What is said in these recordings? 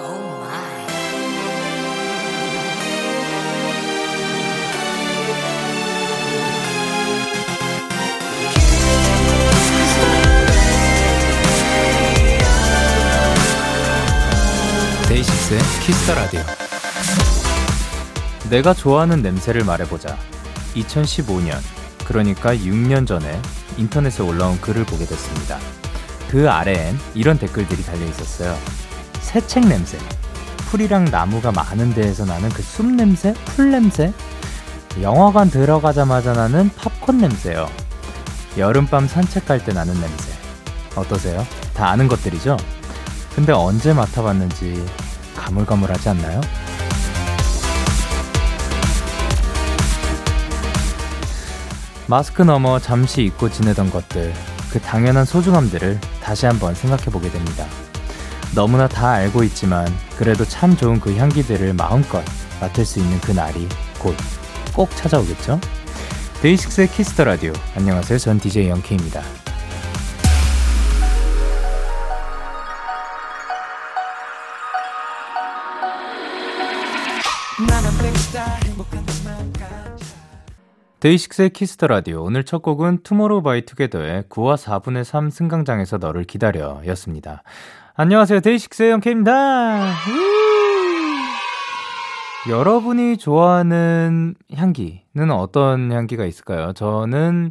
Oh 데이식스의 키스터 라디오. 내가 좋아하는 냄새를 말해보자. 2015년, 그러니까 6년 전에 인터넷에 올라온 글을 보게 됐습니다. 그 아래엔 이런 댓글들이 달려 있었어요. 새책 냄새, 풀이랑 나무가 많은 데에서 나는 그 숲 냄새, 풀 냄새, 영화관 들어가자마자 나는 팝콘 냄새요. 여름밤 산책할 때 나는 냄새. 어떠세요? 다 아는 것들이죠? 근데 언제 맡아봤는지 가물가물하지 않나요? 마스크 넘어 잠시 잊고 지내던 것들, 그 당연한 소중함들을 다시 한번 생각해보게 됩니다. 너무나 다 알고 있지만 그래도 참 좋은 그 향기들을 마음껏 맡을 수 있는 그 날이 곧 꼭 찾아오겠죠? 데이식스의 키스터 라디오. 안녕하세요. 전 DJ 영케입니다. 9시 데이식스의 키스터 라디오 오늘 첫 곡은 투모로우 바이 투게더의 9와 4분의 3 승강장에서 너를 기다려 였습니다. 안녕하세요. 데이식스의 영케입니다. 우! 여러분이 좋아하는 향기는 어떤 향기가 있을까요? 저는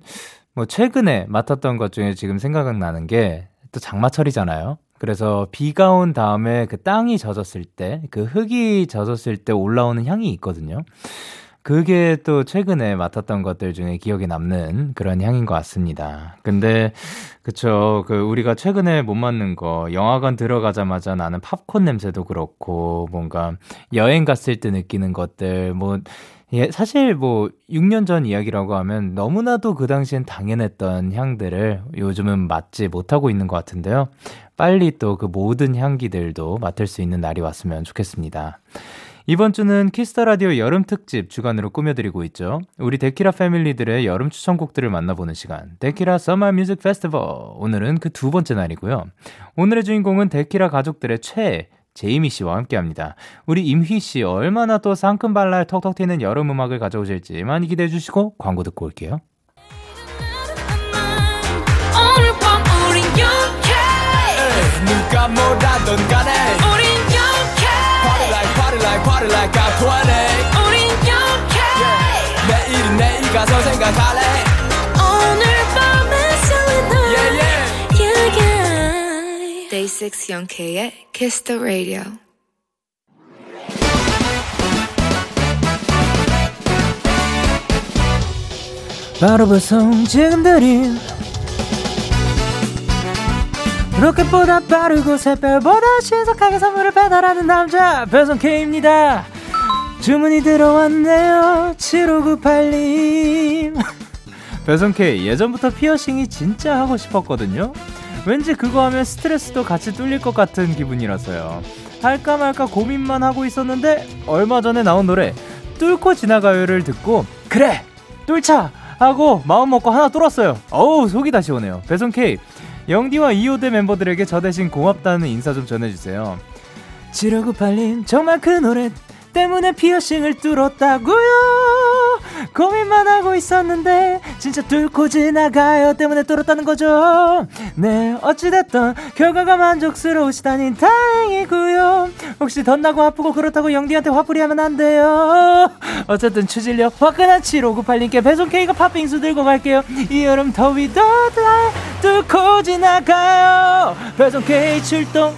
뭐 최근에 맡았던 것 중에 지금 생각나는 게 또 장마철이잖아요. 그래서 비가 온 다음에 그 땅이 젖었을 때, 그 흙이 젖었을 때 올라오는 향이 있거든요. 그게 또 최근에 맡았던 것들 중에 기억에 남는 그런 향인 것 같습니다. 근데 그쵸 그 우리가 최근에 못 맡는 거 영화관 들어가자마자 나는 팝콘 냄새도 그렇고 뭔가 여행 갔을 때 느끼는 것들 뭐 예, 사실 뭐 6년 전 이야기라고 하면 너무나도 그 당시엔 당연했던 향들을 요즘은 맡지 못하고 있는 것 같은데요. 빨리 또 그 모든 향기들도 맡을 수 있는 날이 왔으면 좋겠습니다. 이번 주는 키스터 라디오 여름 특집 주간으로 꾸며드리고 있죠. 우리 데키라 패밀리들의 여름 추천곡들을 만나보는 시간. 데키라 서머 뮤직 페스티벌. 오늘은 그 두 번째 날이고요. 오늘의 주인공은 데키라 가족들의 최애 제이미 씨와 함께합니다. 우리 임희 씨 얼마나 또 상큼발랄 턱턱 튀는 여름 음악을 가져오실지 많이 기대해 주시고 광고 듣고 올게요. 오늘 밤 우린 영케 누가 뭐라던 간에 우린 영케 Party like party like party like I'm 20 우린 영케 내일은 내일 가서 생각할래 오늘 밤에 설레는 Yeah yeah yeah Day 6 영케이의 Kiss the Radio 바로 배송 지금 드림 로켓보다 빠르고 새별보다 신속하게 선물을 배달하는 남자 배송 K입니다 주문이 들어왔네요 7598님 배송 K 예전부터 피어싱이 진짜 하고 싶었거든요 왠지 그거 하면 스트레스도 같이 뚫릴 것 같은 기분이라서요 할까 말까 고민만 하고 있었는데 얼마 전에 나온 노래 뚫고 지나가요를 듣고 그래 뚫자 하고 마음 먹고 하나 뚫었어요. 어우 속이 다시 오네요. 배송 K 영디와 2호대 멤버들에게 저 대신 고맙다는 인사 좀 전해주세요. 지르고 팔린 정말 그 노래 때문에 피어싱을 뚫었다고요. 고민만 하고 있었는데 진짜 뚫고 지나가요 때문에 뚫었다는 거죠. 네 어찌됐든 결과가 만족스러우시다니 다행이고요. 혹시 덧나고 아프고 그렇다고 영디한테 화풀이하면 안 돼요. 어쨌든 추진력 화끈한 7598님께 배송 K가 팥빙수 들고 갈게요. 이 여름 더위도 다 뚫고 지나가요. 배송 K 출동.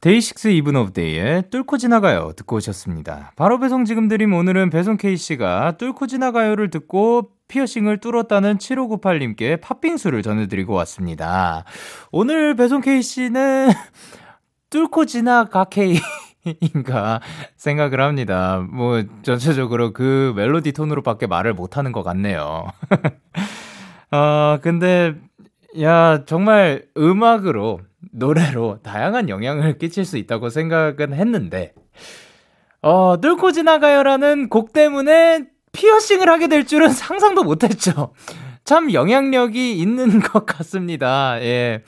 데이식스 이븐 오브 데이의 뚫고 지나가요 듣고 오셨습니다. 바로 배송 지금 드림 오늘은 배송 K씨가 뚫고 지나가요를 듣고 피어싱을 뚫었다는 7598님께 팥빙수를 전해드리고 왔습니다. 오늘 배송 K씨는 뚫고 지나가 K. 인가 생각을 합니다. 뭐 전체적으로 그 멜로디 톤으로밖에 말을 못하는 것 같네요. 아 어, 근데 야, 정말 음악으로, 노래로 다양한 영향을 끼칠 수 있다고 생각은 했는데, 어, 뚫고 지나가요라는 곡 때문에 피어싱을 하게 될 줄은 상상도 못 했죠. 참 영향력이 있는 것 같습니다. 예.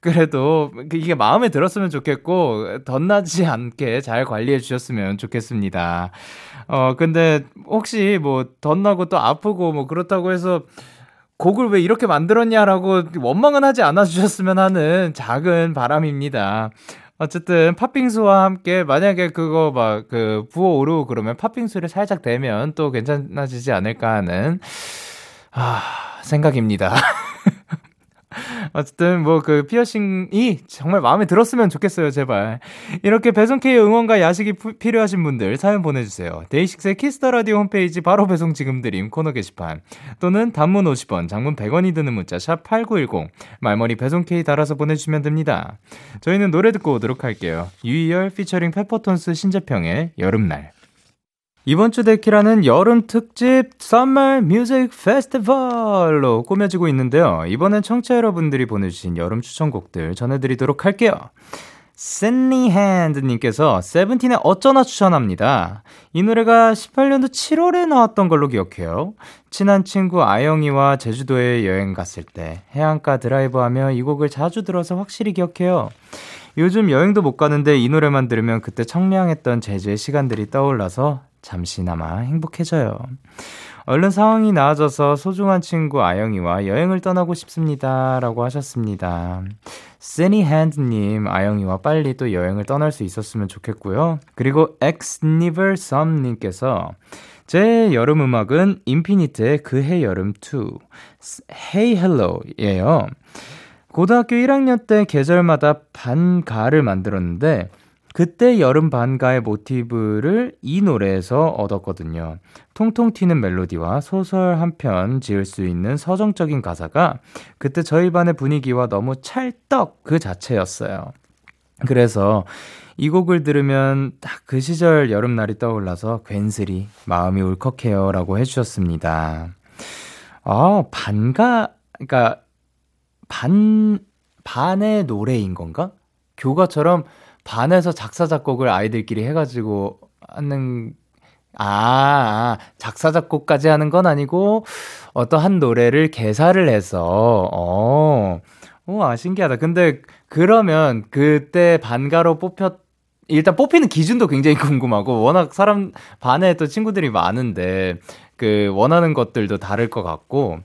그래도 이게 마음에 들었으면 좋겠고, 덧나지 않게 잘 관리해 주셨으면 좋겠습니다. 어, 근데 혹시 뭐 덧나고 또 아프고 뭐 그렇다고 해서 곡을 왜 이렇게 만들었냐라고 원망은 하지 않아 주셨으면 하는 작은 바람입니다. 어쨌든 팥빙수와 함께 만약에 그거 막 그 부어오르고 그러면 팥빙수를 살짝 대면 또 괜찮아지지 않을까 하는 아, 생각입니다. 어쨌든 뭐 그 피어싱이 정말 마음에 들었으면 좋겠어요 제발 이렇게 배송K의 응원과 야식이 푸- 필요하신 분들 사연 보내주세요 데이식스의 키스터라디오 홈페이지 바로 배송 지금 드림 코너 게시판 또는 단문 50원 장문 100원이 드는 문자 샵 8910 말머리 배송K 달아서 보내주시면 됩니다 저희는 노래 듣고 오도록 할게요 유이열 피처링 페퍼톤스 신재평의 여름날 이번 주 데키라는 여름 특집 Summer Music Festival로 꾸며지고 있는데요. 이번엔 청취자 여러분들이 보내주신 여름 추천곡들 전해드리도록 할게요. Sunny Hand님께서 세븐틴의 어쩌나 추천합니다. 이 노래가 18년도 7월에 나왔던 걸로 기억해요. 친한 친구 아영이와 제주도에 여행 갔을 때 해안가 드라이브하며 이 곡을 자주 들어서 확실히 기억해요. 요즘 여행도 못 가는데 이 노래만 들으면 그때 청량했던 제주의 시간들이 떠올라서 잠시나마 행복해져요. 얼른 상황이 나아져서 소중한 친구 아영이와 여행을 떠나고 싶습니다. 라고 하셨습니다. 쓰니 핸드님, 아영이와 빨리 또 여행을 떠날 수 있었으면 좋겠고요. 그리고 엑스니버썸님께서 제 여름 음악은 인피니트의 그해 여름 2, 헤이 헬로예요. 고등학교 1학년 때 계절마다 반가를 만들었는데 그때 여름 반가의 모티브를 이 노래에서 얻었거든요. 통통 튀는 멜로디와 소설 한 편 지을 수 있는 서정적인 가사가 그때 저희 반의 분위기와 너무 찰떡 그 자체였어요. 그래서 이 곡을 들으면 딱 그 시절 여름날이 떠올라서 괜스리 마음이 울컥해요 라고 해주셨습니다. 아, 반가, 그러니까 반 반의 노래인 건가? 교과처럼 반에서 작사 작곡을 아이들끼리 해가지고 하는 아, 아 작사 작곡까지 하는 건 아니고 어떠한 노래를 개사를 해서 어. 우와 신기하다. 근데 그러면 그때 반가로 뽑혔 일단 뽑히는 기준도 굉장히 궁금하고 워낙 사람 반에 또 친구들이 많은데 그 원하는 것들도 다를 것 같고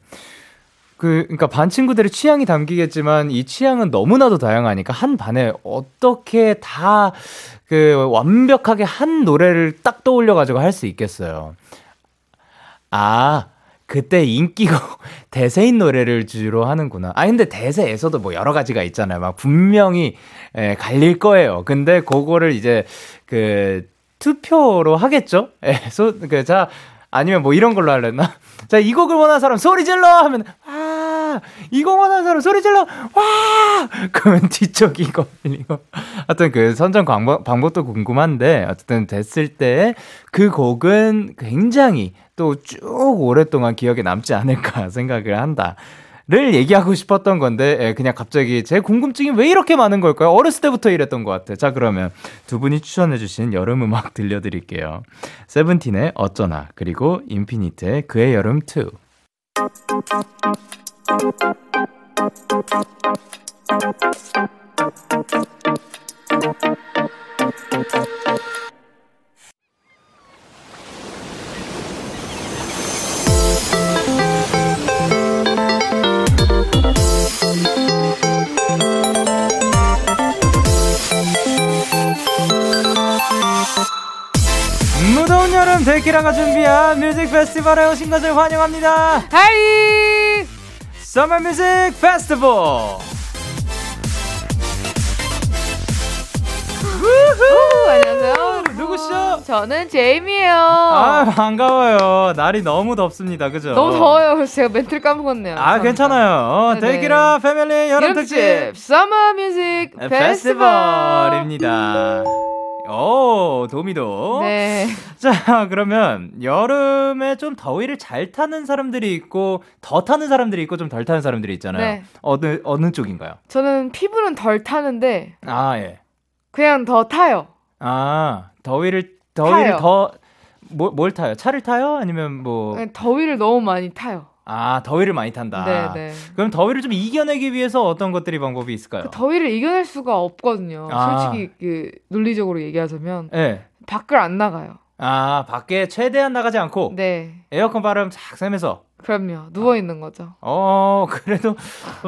그, 그니까 반 친구들의 취향이 담기겠지만 이 취향은 너무나도 다양하니까 한 반에 어떻게 다 그 완벽하게 한 노래를 딱 떠올려가지고 할 수 있겠어요. 아, 그때 인기고 대세인 노래를 주로 하는구나. 아, 근데 대세에서도 뭐 여러 가지가 있잖아요. 막 분명히 에, 갈릴 거예요. 근데 그거를 이제 그 투표로 하겠죠? 에, 소, 그, 자, 아니면 뭐 이런 걸로 하려나? 자, 이 곡을 원하는 사람 소리 질러! 하면, 아, 이곡 원하는 사람 소리 질러! 와! 그러면 뒤쪽 이거, 이거. 하여튼 그 선정 방법, 방법도 궁금한데, 어쨌든 됐을 때 그 곡은 굉장히 또 쭉 오랫동안 기억에 남지 않을까 생각을 한다. 를 얘기하고 싶었던 건데 예, 그냥 갑자기 제 궁금증이 왜 이렇게 많은 걸까요? 어렸을 때부터 이랬던 것 같아요. 자 그러면 두 분이 추천해주신 여름 음악 들려드릴게요. 세븐틴의 어쩌나 그리고 인피니트의 그의 여름 2. 무더운 여름 데키라가 준비한 뮤직 페스티벌에 오신 것을 환영합니다. 하이! 서머 뮤직 페스티벌! 오, 안녕하세요. 누구시죠? 저는 제이미예요. 아 반가워요. 날이 너무 덥습니다. 그죠? 너무 더워요. 그래서 제가 멘트를 까먹었네요. 어. 아 죄송합니다. 괜찮아요. 네, 네. 데키라 패밀리 여름 특집 네, 서머 뮤직 페스티벌. 페스티벌입니다. 오, 도미도. 네. 자, 그러면 여름에 좀 더위를 잘 타는 사람들이 있고 더 타는 사람들이 있고 좀 덜 타는 사람들이 있잖아요. 네. 어느 어느 쪽인가요? 저는 피부는 덜 타는데 아, 예. 그냥 더 타요. 아, 더위를 더위를 타요. 더뭘 뭘 타요? 차를 타요? 아니면 뭐 그냥 더위를 너무 많이 타요. 아, 더위를 많이 탄다. 네, 네. 그럼 더위를 좀 이겨내기 위해서 어떤 것들이 방법이 있을까요? 그 더위를 이겨낼 수가 없거든요. 아. 솔직히 그 논리적으로 얘기하자면 예. 밖을 안 나가요. 아, 밖에 최대한 나가지 않고 네. 에어컨 바람 싹 쐬면서 그럼요. 누워 있는 거죠. 어, 그래도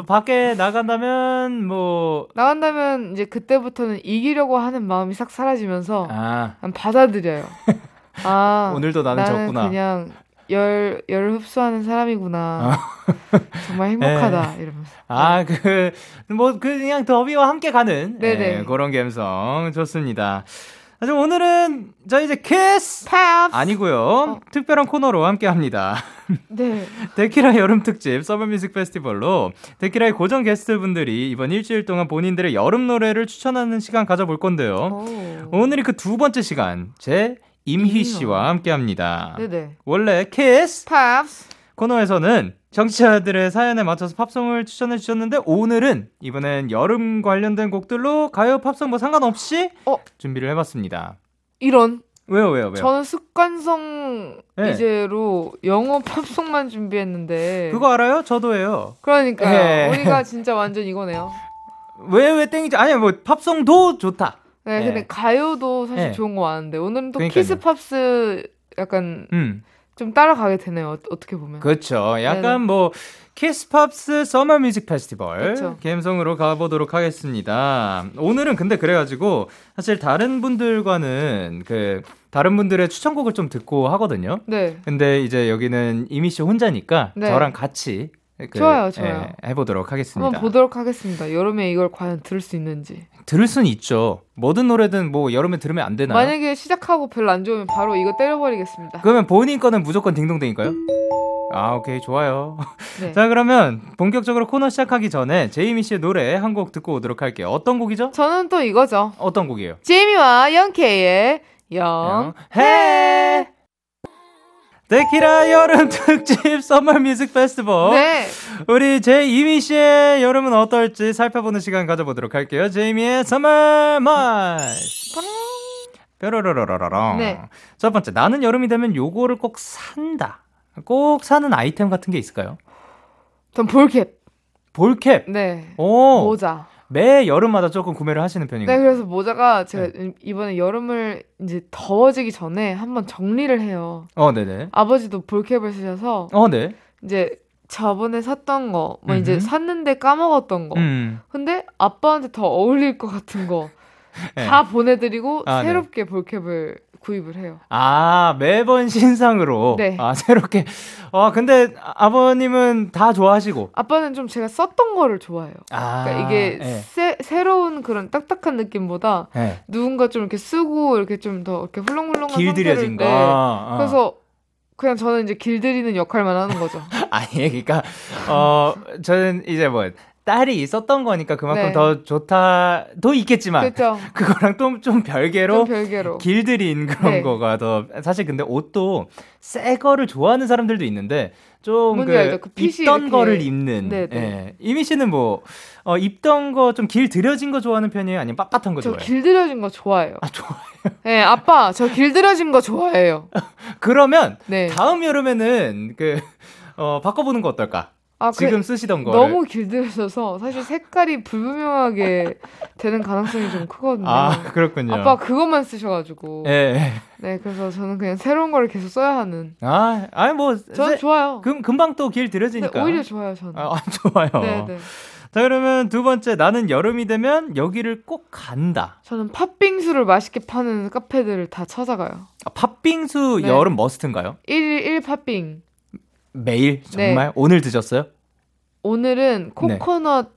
밖에 나간다면 뭐 나간다면 이제 그때부터는 이기려고 하는 마음이 싹 사라지면서 아, 그냥 받아들여요. 아, 오늘도 나는 졌구나. 그냥 열, 열을 흡수하는 사람이구나. 정말 행복하다. 이러면서. 아, 그, 뭐, 그냥 더비와 함께 가는 네. 네네. 예, 그런 감성 좋습니다. 아주 오늘은 저희 이제 키스! 팝! 아니고요 어. 특별한 코너로 함께 합니다. 네. 데키라 여름 특집 서머뮤직 페스티벌로 데키라의 고정 게스트분들이 이번 일주일 동안 본인들의 여름 노래를 추천하는 시간 가져볼 어. 건데요. 오. 어? 오늘이 그 두 번째 시간, 제 임희 씨와 함께 합니다. 네네. 원래 키스! 팝스! 코너에서는 정치자들의 사연에 맞춰서 팝송을 추천해 주셨는데 오늘은 이번엔 여름 관련된 곡들로 가요 팝송 뭐 상관없이 어? 준비를 해봤습니다. 이런. 왜요 왜요 왜요? 저는 습관성 네. 이제로 영어 팝송만 준비했는데. 그거 알아요? 저도예요. 그러니까 예. 요 우리가 진짜 완전 이거네요. 왜 왜 땡이지? 아니 뭐 팝송도 좋다. 네, 예. 근데 가요도 사실 예. 좋은 거 많은데 오늘은 또 그러니까요. 키스 팝스 약간 음 좀 따라가게 되네요. 어, 어떻게 보면. 그렇죠. 약간 네네. 뭐 키스팝스 서머 뮤직 페스티벌 그쵸. 감성으로 가보도록 하겠습니다. 오늘은 근데 그래가지고 사실 다른 분들과는 그 다른 분들의 추천곡을 좀 듣고 하거든요. 네. 근데 이제 여기는 이미 씨 혼자니까 네. 저랑 같이 그, 좋아요, 좋아요. 예, 해보도록 하겠습니다. 한번 보도록 하겠습니다. 여름에 이걸 과연 들을 수 있는지. 들을 순 있죠. 뭐든 노래든 뭐 여름에 들으면 안 되나요? 만약에 시작하고 별로 안 좋으면 바로 이거 때려버리겠습니다. 그러면 본인 거는 무조건 딩동댕일까요? 아 오케이 좋아요. 네. 자 그러면 본격적으로 코너 시작하기 전에 제이미 씨의 노래 한 곡 듣고 오도록 할게요. 어떤 곡이죠? 저는 또 이거죠. 어떤 곡이에요? 제이미와 영케이의 영. 해. 데키라 여름 특집 서머 뮤직 페스티벌. 네. 우리 제이미 씨의 여름은 어떨지 살펴보는 시간 가져보도록 할게요. 제이미의 Summer Mash. 뾰로로로로롱. 네. 첫 번째, 나는 여름이 되면 요거를 꼭 산다. 꼭 사는 아이템 같은 게 있을까요? 전 볼캡. 볼캡. 네. 오, 모자. 매 여름마다 조금 구매를 하시는 편인가요? 네, 그래서 모자가 제가 네. 이번에 여름을 이제 더워지기 전에 한번 정리를 해요. 어, 네네. 아버지도 볼캡을 쓰셔서 어, 네. 이제 저번에 샀던 거, 뭐 음흠. 이제 샀는데 까먹었던 거. 음. 근데 아빠한테 더 어울릴 것 같은 거. 네. 다 보내드리고 아, 네. 새롭게 볼캡을 구입을 해요. 아, 매번 신상으로. 네. 아, 새롭게. 아, 근데 아버님은 다 좋아하시고. 아빠는 좀 제가 썼던 거를 좋아해요. 아, 그러니까 이게 예. 새, 새로운 그런 딱딱한 느낌보다 예. 누군가 좀 이렇게 쓰고 이렇게 좀 더 이렇게 훌렁훌렁한 길들여진 상태를- 거. 네. 어, 어. 그래서 그냥 저는 이제 길들이는 역할만 하는 거죠. 아니 그러니까 어 저는 이제 뭐 딸이 있었던 거니까 그만큼 네. 더 좋다도 있겠지만 그렇죠. 그거랑 좀 좀 별개로 좀 별개로. 길들인 그런 네. 거가 더 사실 근데 옷도 새 거를 좋아하는 사람들도 있는데 좀 뭔지 그 알죠? 그 핏이 입던 이렇게- 거를 입는 네, 네. 예. 이미 씨는 뭐 어, 입던 거 좀 길들여진 거 좋아하는 편이에요? 아니면 빳빳한 거 저 좋아해요? 길들여진 거 좋아해요. 아, 좋아. 네, 아빠, 저 길들여진 거 좋아해요. 그러면 네. 다음 여름에는 그 어, 바꿔보는 거 어떨까? 아, 그- 지금 쓰시던 거를 너무 길들여져서 사실 색깔이 불분명하게 되는 가능성이 좀 크거든요. 아 그렇군요. 네. 아빠 그것만 쓰셔가지고. 예, 예. 네, 그래서 저는 그냥 새로운 걸 계속 써야 하는. 아, 아니 뭐 저는 세- 좋아요. 금, 금방 또 길 네, 들여지니까. 오히려 좋아요, 저는. 아, 아, 좋아요. 네, 네. 자, 그러면 두 번째 나는 여름이 되면 여기를 꼭 간다. 저는 팥빙수를 맛있게 파는 카페들을 다 찾아가요. 아, 팥빙수 네. 여름 머스트인가요? 1일 1팥빙. 매일 네. 정말 오늘 드셨어요? 오늘은 네. 코코넛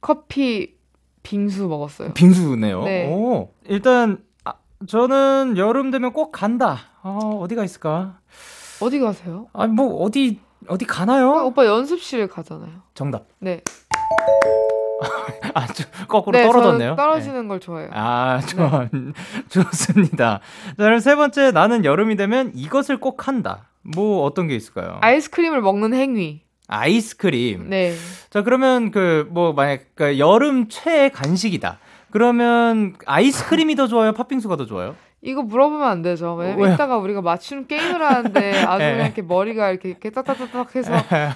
커피 빙수 먹었어요. 빙수네요. 네. 오. 일단 아, 저는 여름 되면 꼭 간다. 아, 어디가 있을까? 어디 가세요? 아니 뭐 어디 어디 어, 가나요? 오빠 연습실 가잖아요. 정답. 네. 아주 거꾸로 네, 떨어졌네요. 저는 떨어지는 걸 좋아해요. 네. 아, 좋, 좋습니다. 자, 그럼 세 번째 나는 여름이 되면 이것을 꼭 한다. 뭐 어떤 게 있을까요? 아이스크림을 먹는 행위. 아이스크림. 네. 자, 그러면 그 뭐 만약 그 여름 최애 간식이다. 그러면 아이스크림이 더 좋아요? 팥빙수가 더 좋아요? 이거 물어보면 안 되죠. 왜냐면 왜요? 이따가 우리가 맞추는 게임을 하는데 아주 예. 그냥 이렇게 머리가 이렇게, 이렇게 따따따딱 해서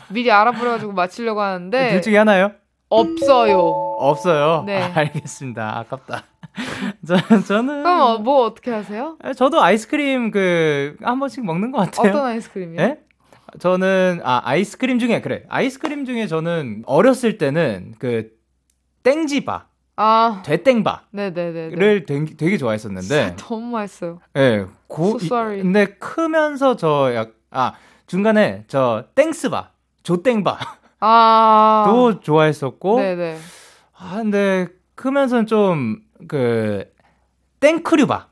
미리 알아버려가지고 맞추려고 하는데 둘 중에 하나요? 없어요. 없어요. 네. 아, 알겠습니다. 아깝다. 저, 저는 그럼 어, 뭐 어떻게 하세요? 저도 아이스크림 그 한 번씩 먹는 것 같아요. 어떤 아이스크림이요? 예? 저는 아 아이스크림 중에 그래 아이스크림 중에 저는 어렸을 때는 그 땡지바 아, 되땡바를 네네네. 되게, 되게 좋아했었는데 너무 맛있어요. 예 고, So sorry. 이- 근데 크면서 저약아 중간에 저 땡스바 조땡바 아. 도 좋아했었고 네네. 아 근데 크면서는 좀 그 땡크류바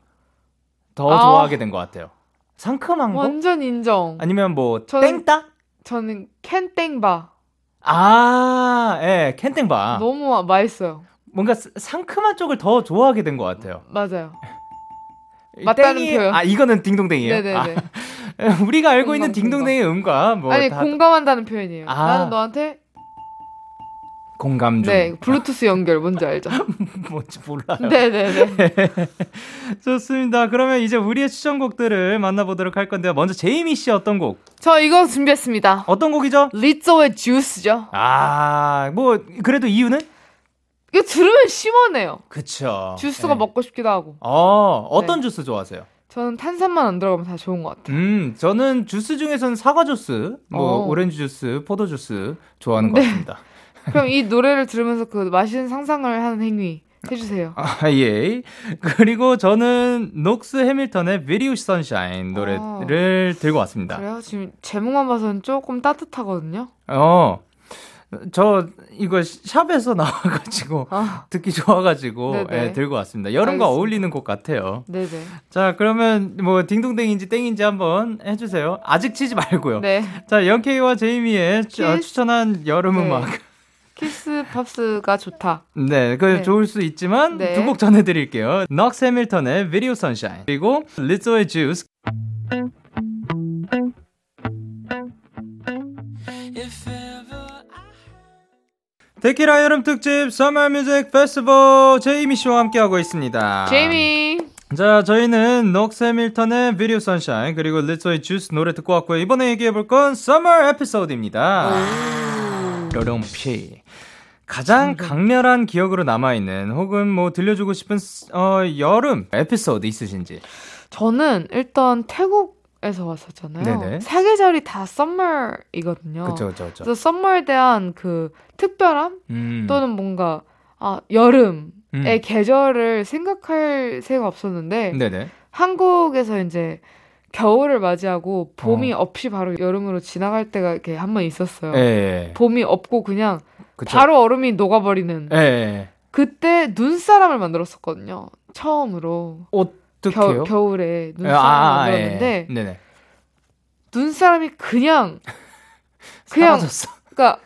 더 아. 좋아하게 된 것 같아요 상큼한 거 완전 인정. 뭐? 아니면 뭐 저는- 땡따 저는 캔땡바. 아, 예, 캔땡바. 너무 맛있어요. 뭔가 스- 상큼한 쪽을 더 좋아하게 된 것 같아요. 맞아요. 맞다는 땡이- 표현. 아, 이거는 딩동댕이에요. 네네네. 아, 우리가 알고 있는 공감, 공감. 딩동댕의 음과 뭐 아니 다 공감한다는 표현이에요. 아. 나는 너한테 공감 중 네 블루투스 연결 뭔지 알죠? 뭔지 몰라요. 네네네. 좋습니다. 그러면 이제 우리의 추천곡들을 만나보도록 할 건데요. 먼저 제이미 씨 어떤 곡? 저 이거 준비했습니다. 어떤 곡이죠? 리조의 주스죠. 아, 뭐 그래도 이유는? 이거 들으면 시원해요. 그쵸. 주스가 예. 먹고 네. 싶기도 하고. 어, 어떤 주스 좋아하세요? 저는 탄산만 안 들어가면 다 좋은 것 같아요. 음, 저는 주스 중에서는 사과 주스, 뭐 오. 오. 렌지 주스, 포도 주스 좋아하는 네. 것 같습니다. 그럼 이 노래를 들으면서 그 맛있는 상상을 하는 행위 해주세요. 아, 예. 그리고 저는 녹스 해밀턴의 비리우 선샤인 노래를 들고 왔습니다. 어. 그래요? 지금 제목만 봐서는 조금 따뜻하거든요. 어. 저 이거 샵에서 나와 가지고 아, 듣기 좋아 가지고 예, 네네. 들고 왔습니다. 여름과 알겠습니다. 어울리는 곡 같아요. 네네. 자, 그러면 뭐 딩동댕인지 땡인지 한번 해 주세요. 아직 치지 말고요. 네. 자, 영케이와 제이미의 추- 어, 키스. 추천한 여름 네. 음악. 키스 팝스가 좋다. 네, 그 네. 좋을 수 있지만 네. 두 곡 전해드릴게요. 넉스 해밀턴의 Video Sunshine 그리고 리조의 Juice. 데키라 여름 특집 Summer Music Festival 제이미 씨와 함께하고 있습니다. 제이미. 자, 저희는 넉스 해밀턴의 Video Sunshine 그리고 리조의 Juice 노래 듣고 왔고요. 이번에 얘기해 볼 건 Summer Episode입니다. 아. 여름 피. 음. 가장 강렬한 기억으로 남아있는 혹은 뭐 들려주고 싶은 어, 여름 에피소드 있으신지 저는 일단 태국에서 왔었잖아요. 네네. 사계절이 다 썸머이거든요. 그쵸 그쵸 그쵸 그래서 썸머에 대한 그 특별함 음. 또는 뭔가 아 여름의 음. 계절을 생각할 새가 없었는데 네네 한국에서 이제 겨울을 맞이하고 어. 봄이 없이 바로 여름으로 지나갈 때가 이렇게 한 번 있었어요. 예 봄이 없고 그냥 그쵸 바로 얼음이 녹아버리는 예 그때 눈사람을 만들었었거든요. 처음으로 어떡해요 겨울, 에 예, 눈사람을 만들었는데 예. 네네 눈사람이 그냥 그냥 사라졌어 그러니까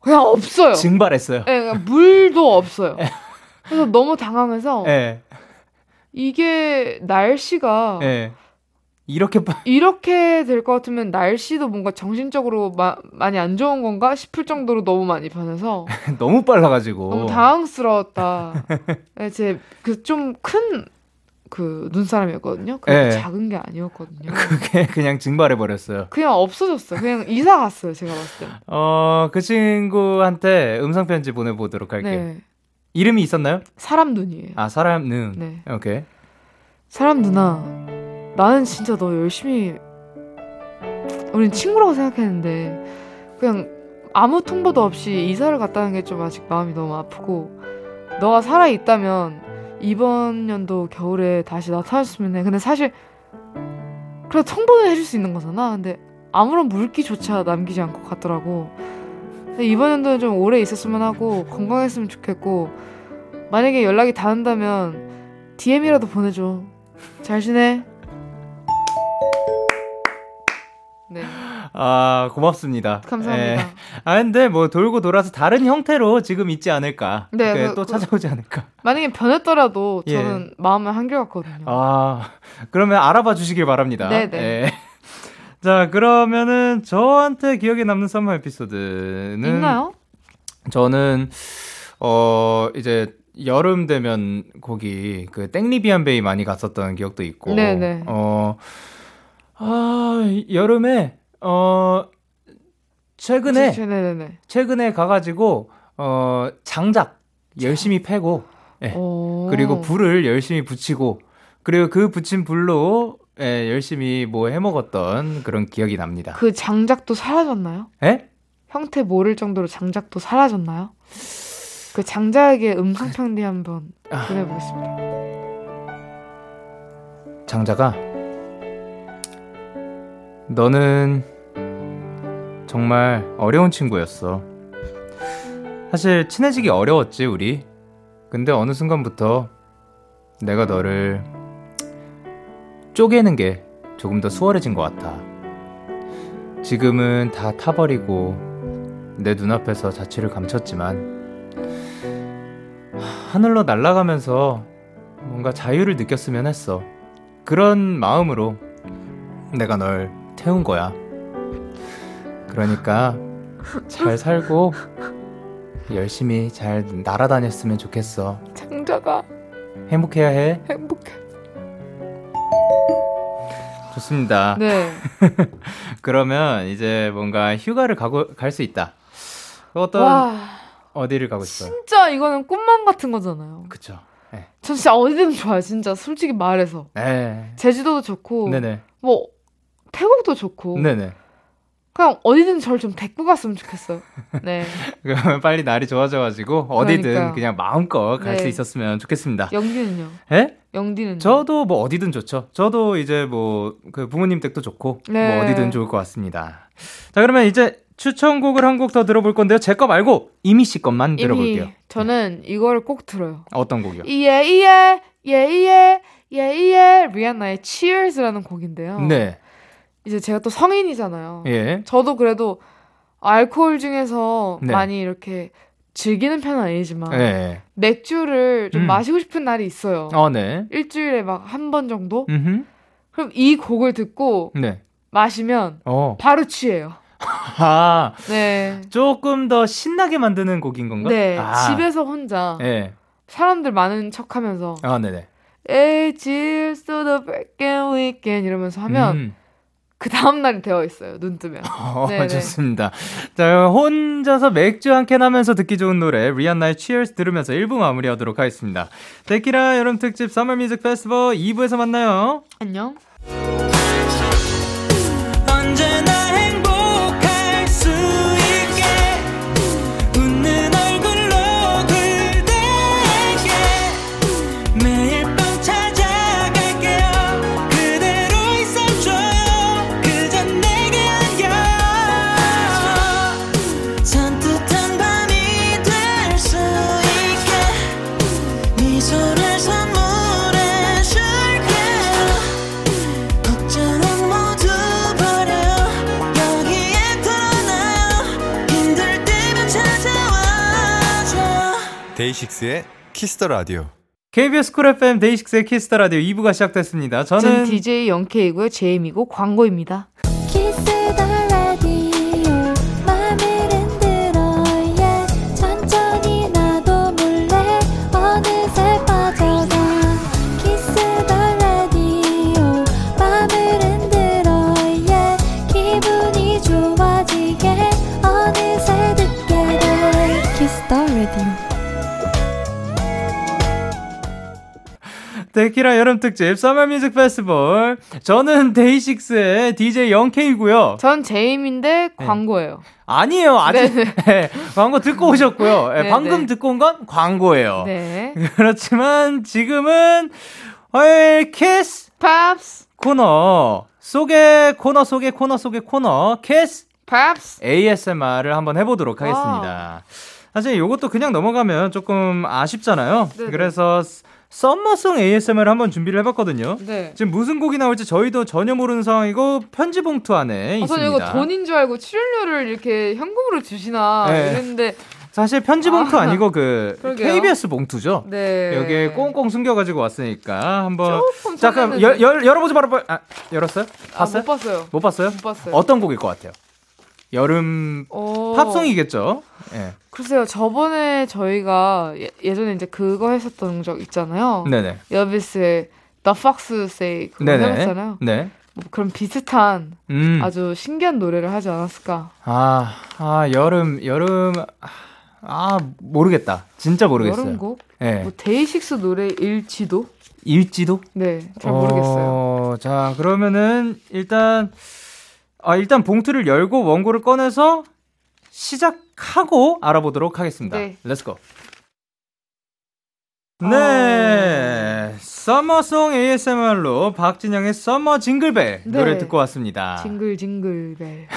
그냥 없어요. 증발했어요 예, 그러니까 물도 없어요. 그래서 너무 당황해서 예예 이게 날씨가 예. 이렇게 빠... 이렇게 될 것 같으면 날씨도 뭔가 정신적으로 마- 많이 안 좋은 건가 싶을 정도로 너무 많이 변해서 너무 빨라가지고 너무 당황스러웠다. 제 그 좀 큰 그 눈사람이었거든요. 그렇게 예. 작은 게 아니었거든요. 그게 그냥 증발해버렸어요 그냥 없어졌어요. 그냥 이사 갔어요. 제가 봤을 때. 어그 친구한테 음성편지 보내보도록 할게요 네, 이름이 있었나요? 사람 눈이에요. 아 사람 는 네. 오케이 사람 누나, 나는 진짜 너 열심히 우린 친구라고 생각했는데 그냥 아무 통보도 없이 이사를 갔다는 게 좀 아직 마음이 너무 아프고 너가 살아 있다면 이번 연도 겨울에 다시 나타났으면 해. 근데 사실 그래 도 통보는 해줄 수 있는 거잖아. 근데 아무런 물기조차 남기지 않고 갔더라고. 근데 이번 연도는 좀 오래 있었으면 하고 건강했으면 좋겠고 만약에 연락이 닿는다면 DM이라도 보내줘. 잘 지내. 네. 아, 고맙습니다. 감사합니다. 예. 아, 근데 뭐 돌고 돌아서 다른 형태로 지금 있지 않을까. 네, 네. 그- 또 그- 찾아오지 않을까. 만약에 변했더라도 예. 저는 마음은 한결같거든요. 아, 그러면 알아봐 주시길 바랍니다. 네, 네. 예. 자, 그러면은 저한테 기억에 남는 썸머 에피소드는 있나요? 저는 어 이제 여름 되면 거기 그 땡리비안 베이 많이 갔었던 기억도 있고 네네. 어 아, 여름에 어 최근에 네. 네네네. 최근에 가가지고 어 장작 열심히 패고 네. 오. 그리고 불을 열심히 붙이고 그리고 그 붙인 불로 예, 열심히 뭐 해먹었던 그런 기억이 납니다. 그 장작도 사라졌나요? 예? 형태 모를 정도로 장작도 사라졌나요? 그 장작의 음성 편지 한번 아. 보내보겠습니다. 장자가 너는 정말 어려운 친구였어. 사실 친해지기 어려웠지 우리. 근데 어느 순간부터 내가 너를 쪼개는 게 조금 더 수월해진 것 같아. 지금은 다 타버리고 내 눈앞에서 자취를 감췄지만 하늘로 날아가면서 뭔가 자유를 느꼈으면 했어. 그런 마음으로 내가 널 태운 거야. 그러니까 잘 살고 열심히 잘 날아다녔으면 좋겠어. 장작아 행복해야 해. 행복해. 좋습니다. 네. 그러면 이제 뭔가 휴가를 가고 갈 수 있다. 어떤 와 어디를 가고 싶어요? 진짜 이거는 꿈만 같은 거잖아요. 그쵸. 네. 전 진짜 어디든 좋아요. 진짜 솔직히 말해서 네. 제주도도 좋고 네네. 뭐 태국도 좋고 네네. 그냥 어디든 저를 좀 데리고 갔으면 좋겠어요. 네. 그러면 빨리 날이 좋아져가지고 어디든 그러니까요. 그냥 마음껏 갈 수 네. 있었으면 좋겠습니다. 영디는요? 예? 영디는요? 저도 뭐 어디든 좋죠. 저도 이제 뭐 그 부모님 댁도 좋고 네. 뭐 어디든 좋을 것 같습니다. 자 그러면 이제 추천곡을 한 곡 더 들어볼 건데요. 제 거 말고 이미 씨 것만 들어볼게요. 네. 이미 저는 이걸 꼭 들어요. 어떤 곡이요? 이예 이예 예예 예예 리안나의 Cheers라는 곡인데요. 네, 이제 제가 또 성인이잖아요. 예, 저도 그래도 알코올 중에서 네. 많이 이렇게 즐기는 편은 아니지만 예, 맥주를 좀 음. 마시고 싶은 날이 있어요. 어, 네, 일주일에 막 한 번 정도? 음, 그럼 이 곡을 듣고 네, 마시면 어, 바로 취해요. 아 네. 조금 더 신나게 만드는 곡인 건가? 네. 아, 집에서 혼자 예, 사람들 많은 척 하면서 아, 네, 네. 에이, cheers to the freaking weekend 이러면서 하면 음. 그 다음날이 되어 있어요. 눈 뜨면. 어, 네네. 좋습니다. 자, 혼자서 맥주 한 캔 하면서 듣기 좋은 노래 리안나의 Cheers 들으면서 1부 마무리하도록 하겠습니다. 데키라 여름 특집 서머 뮤직 페스티벌 2부에서 만나요. 안녕. 언제나 행복할 수 있게 웃는 얼굴로 그대에게 매일 밤 찾아갈게요 그대로 있어줘요 그저 내게 안겨 산뜻한 밤이 될 수 있게 네 미소를 선물해 줄게요 걱정은 모두 버려 여기에 털어놔요 힘들 때면 찾아와줘 데이식스의 키스터 라디오. KBS 쿨 FM 데이식스의 키스터 라디오 2부가 시작됐습니다. 저는 저는 DJ 영케이고요. 제임이고 광고입니다. 키스 더 라디오 맘을 흔들어 예 천천히 나도 몰래 어느새 빠져가 키스 더 라디오 맘을 흔들어 예 기분이 좋아지게 어느새 듣게 돼 키스 더 라디오 데키라 여름 특집 서머 뮤직 페스티벌. 저는 데이식스의 DJ 영케이고요. 전 제임인데 네. 광고예요. 아니에요. 아직 네, 광고 듣고 오셨고요. 네, 네, 방금 네. 듣고 온 건 광고예요. 네. 그렇지만 지금은 화요일 키스 팝스 코너 속의 코너 속의 코너 속의 코너 키스 팝스 ASMR을 한번 해보도록 하겠습니다. 사실 이것도 그냥 넘어가면 조금 아쉽잖아요. 네네. 그래서 썸머송 ASMR 한번 준비를 해봤거든요. 네. 지금 무슨 곡이 나올지 저희도 전혀 모르는 상황이고 편지 봉투 안에 아, 저는 있습니다. 이거 돈인 줄 알고 출연료를 이렇게 현금으로 주시나 네. 이랬는데 사실 편지 봉투 아, 아, 니고그 그러게요. KBS 봉투죠. 네. 여기에 꽁꽁 숨겨가지고 왔으니까 한번 조금 잠깐 설레는데. 열, 열 열어보지 바로 봐. 아, 열었어요? 아, 봤어요? 못 봤어요. 못 봤어요? 못 봤어요. 어떤 곡일 것 같아요? 여름 네. 어, 팝송이겠죠. 예. 글쎄요. 저번에 저희가 예, 예전에 이제 그거 했었던 적 있잖아요. 네네. 여비스의 The Fox Say 어. 그거 네네. 해봤잖아요. 네. 뭐 그런 비슷한 음. 아주 신기한 노래를 하지 않았을까. 아, 아 여름 여름 아 모르겠다. 진짜 모르겠어요. 여름곡? 예. 뭐 데이식스 노래일지도? 일지도? 네, 잘 모르겠어요. 어, 자 그러면은 일단 아 일단 봉투를 열고 원고를 꺼내서 시작하고 알아보도록 하겠습니다. 네. 아. Let's go. 네, 서머송 ASMR로 박진영의 서머 징글벨 네. 노래 듣고 왔습니다. 징글징글벨. 네.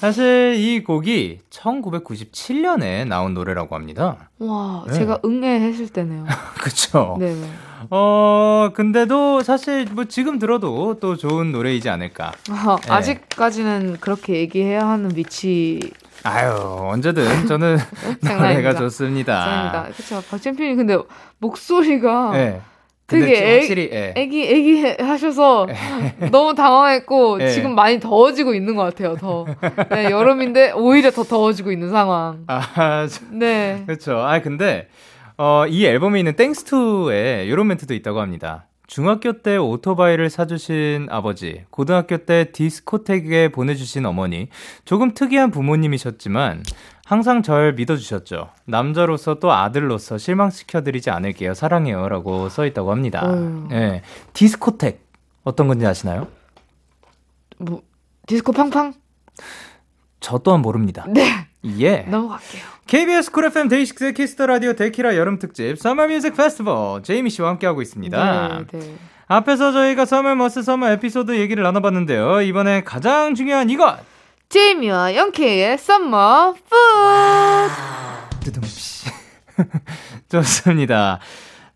사실 이 곡이 1997년에 나온 노래라고 합니다. 와, 네. 제가 응애 했을 때네요. 그쵸? 네, 네. 어, 근데도 사실 뭐 지금 들어도 또 좋은 노래이지 않을까. 아, 네. 아직까지는 그렇게 얘기해야 하는 위치 아유, 언제든 저는 노래가 장난입니다. 아, 좋습니다. 입니다 그쵸. 박진필이 근데 목소리가 예. 되게 근데 좀 애- 확실히 예. 애기, 애기 해- 하셔서 네. 너무 당황했고 예. 지금 많이 더워지고 있는 것 같아요, 더. 네, 여름인데 오히려 더 더워지고 있는 상황. 아, 저- 네. 그렇죠. 아, 근데 어, 이 앨범에 있는 땡스 투에 이런 멘트도 있다고 합니다. 중학교 때 오토바이를 사주신 아버지, 고등학교 때 디스코텍에 보내주신 어머니, 조금 특이한 부모님이셨지만 항상 절 믿어주셨죠. 남자로서 또 아들로서 실망시켜드리지 않을게요. 사랑해요라고 써있다고 합니다. 어휴. 예, 디스코텍 어떤 건지 아시나요? 뭐, 디스코 팡팡? 저 또한 모릅니다. 네. 예. 넘어갈게요. KBS 쿨 FM 데이식스의 키스터 라디오 데키라 여름 특집 서머 뮤직 페스티벌 제이미 씨와 함께하고 있습니다. 네, 네. 앞에서 저희가 서머 머스 서머 에피소드 얘기를 나눠봤는데요. 이번에 가장 중요한 이것 제이미와 영케이의 썸머 푸드 뜨듬씨 좋습니다.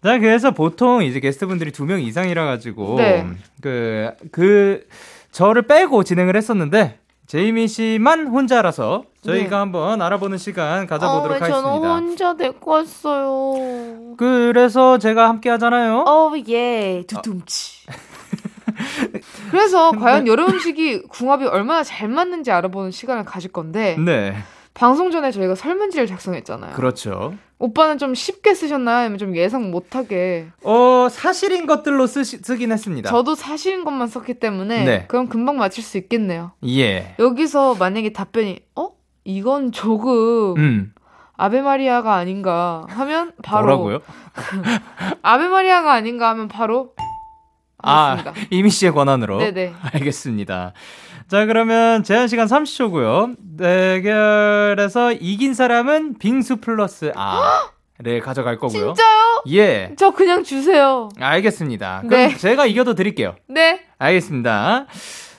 자 그래서 보통 이제 게스트분들이 두 명 이상이라 가지고 네. 그 그 저를 빼고 진행을 했었는데 제이미 씨만 혼자라서 저희가 네. 어, 한번 알아보는 시간 가져보도록 하겠습니다. 혼자 데리고 왔어요. 그래서 제가 함께 하잖아요. 어, 예. 두둠치. 아. 그래서 과연 여름 음식이 궁합이 얼마나 잘 맞는지 알아보는 시간을 가질 건데 네. 방송 전에 저희가 설문지를 작성했잖아요. 그렇죠. 오빠는 좀 쉽게 쓰셨나요? 아니면 좀 예상 못하게? 어 사실인 것들로 쓰시, 쓰긴 했습니다. 저도 사실인 것만 썼기 때문에 네. 그럼 금방 맞힐 수 있겠네요. 예. 여기서 만약에 답변이 어? 이건 조금 음. 아베마리아가 아닌가 하면 바로 뭐라고요? 아베마리아가 아닌가 하면 바로 아 어? 맞습니다. 이미 씨의 권한으로. 네네. 알겠습니다. 자 그러면 제한 시간 30초고요. 대결에서 이긴 사람은 빙수 플러스 아를 가져갈 거고요. 진짜요? 예. 저 그냥 주세요. 알겠습니다. 그럼 네. 제가 이겨도 드릴게요. 네. 알겠습니다.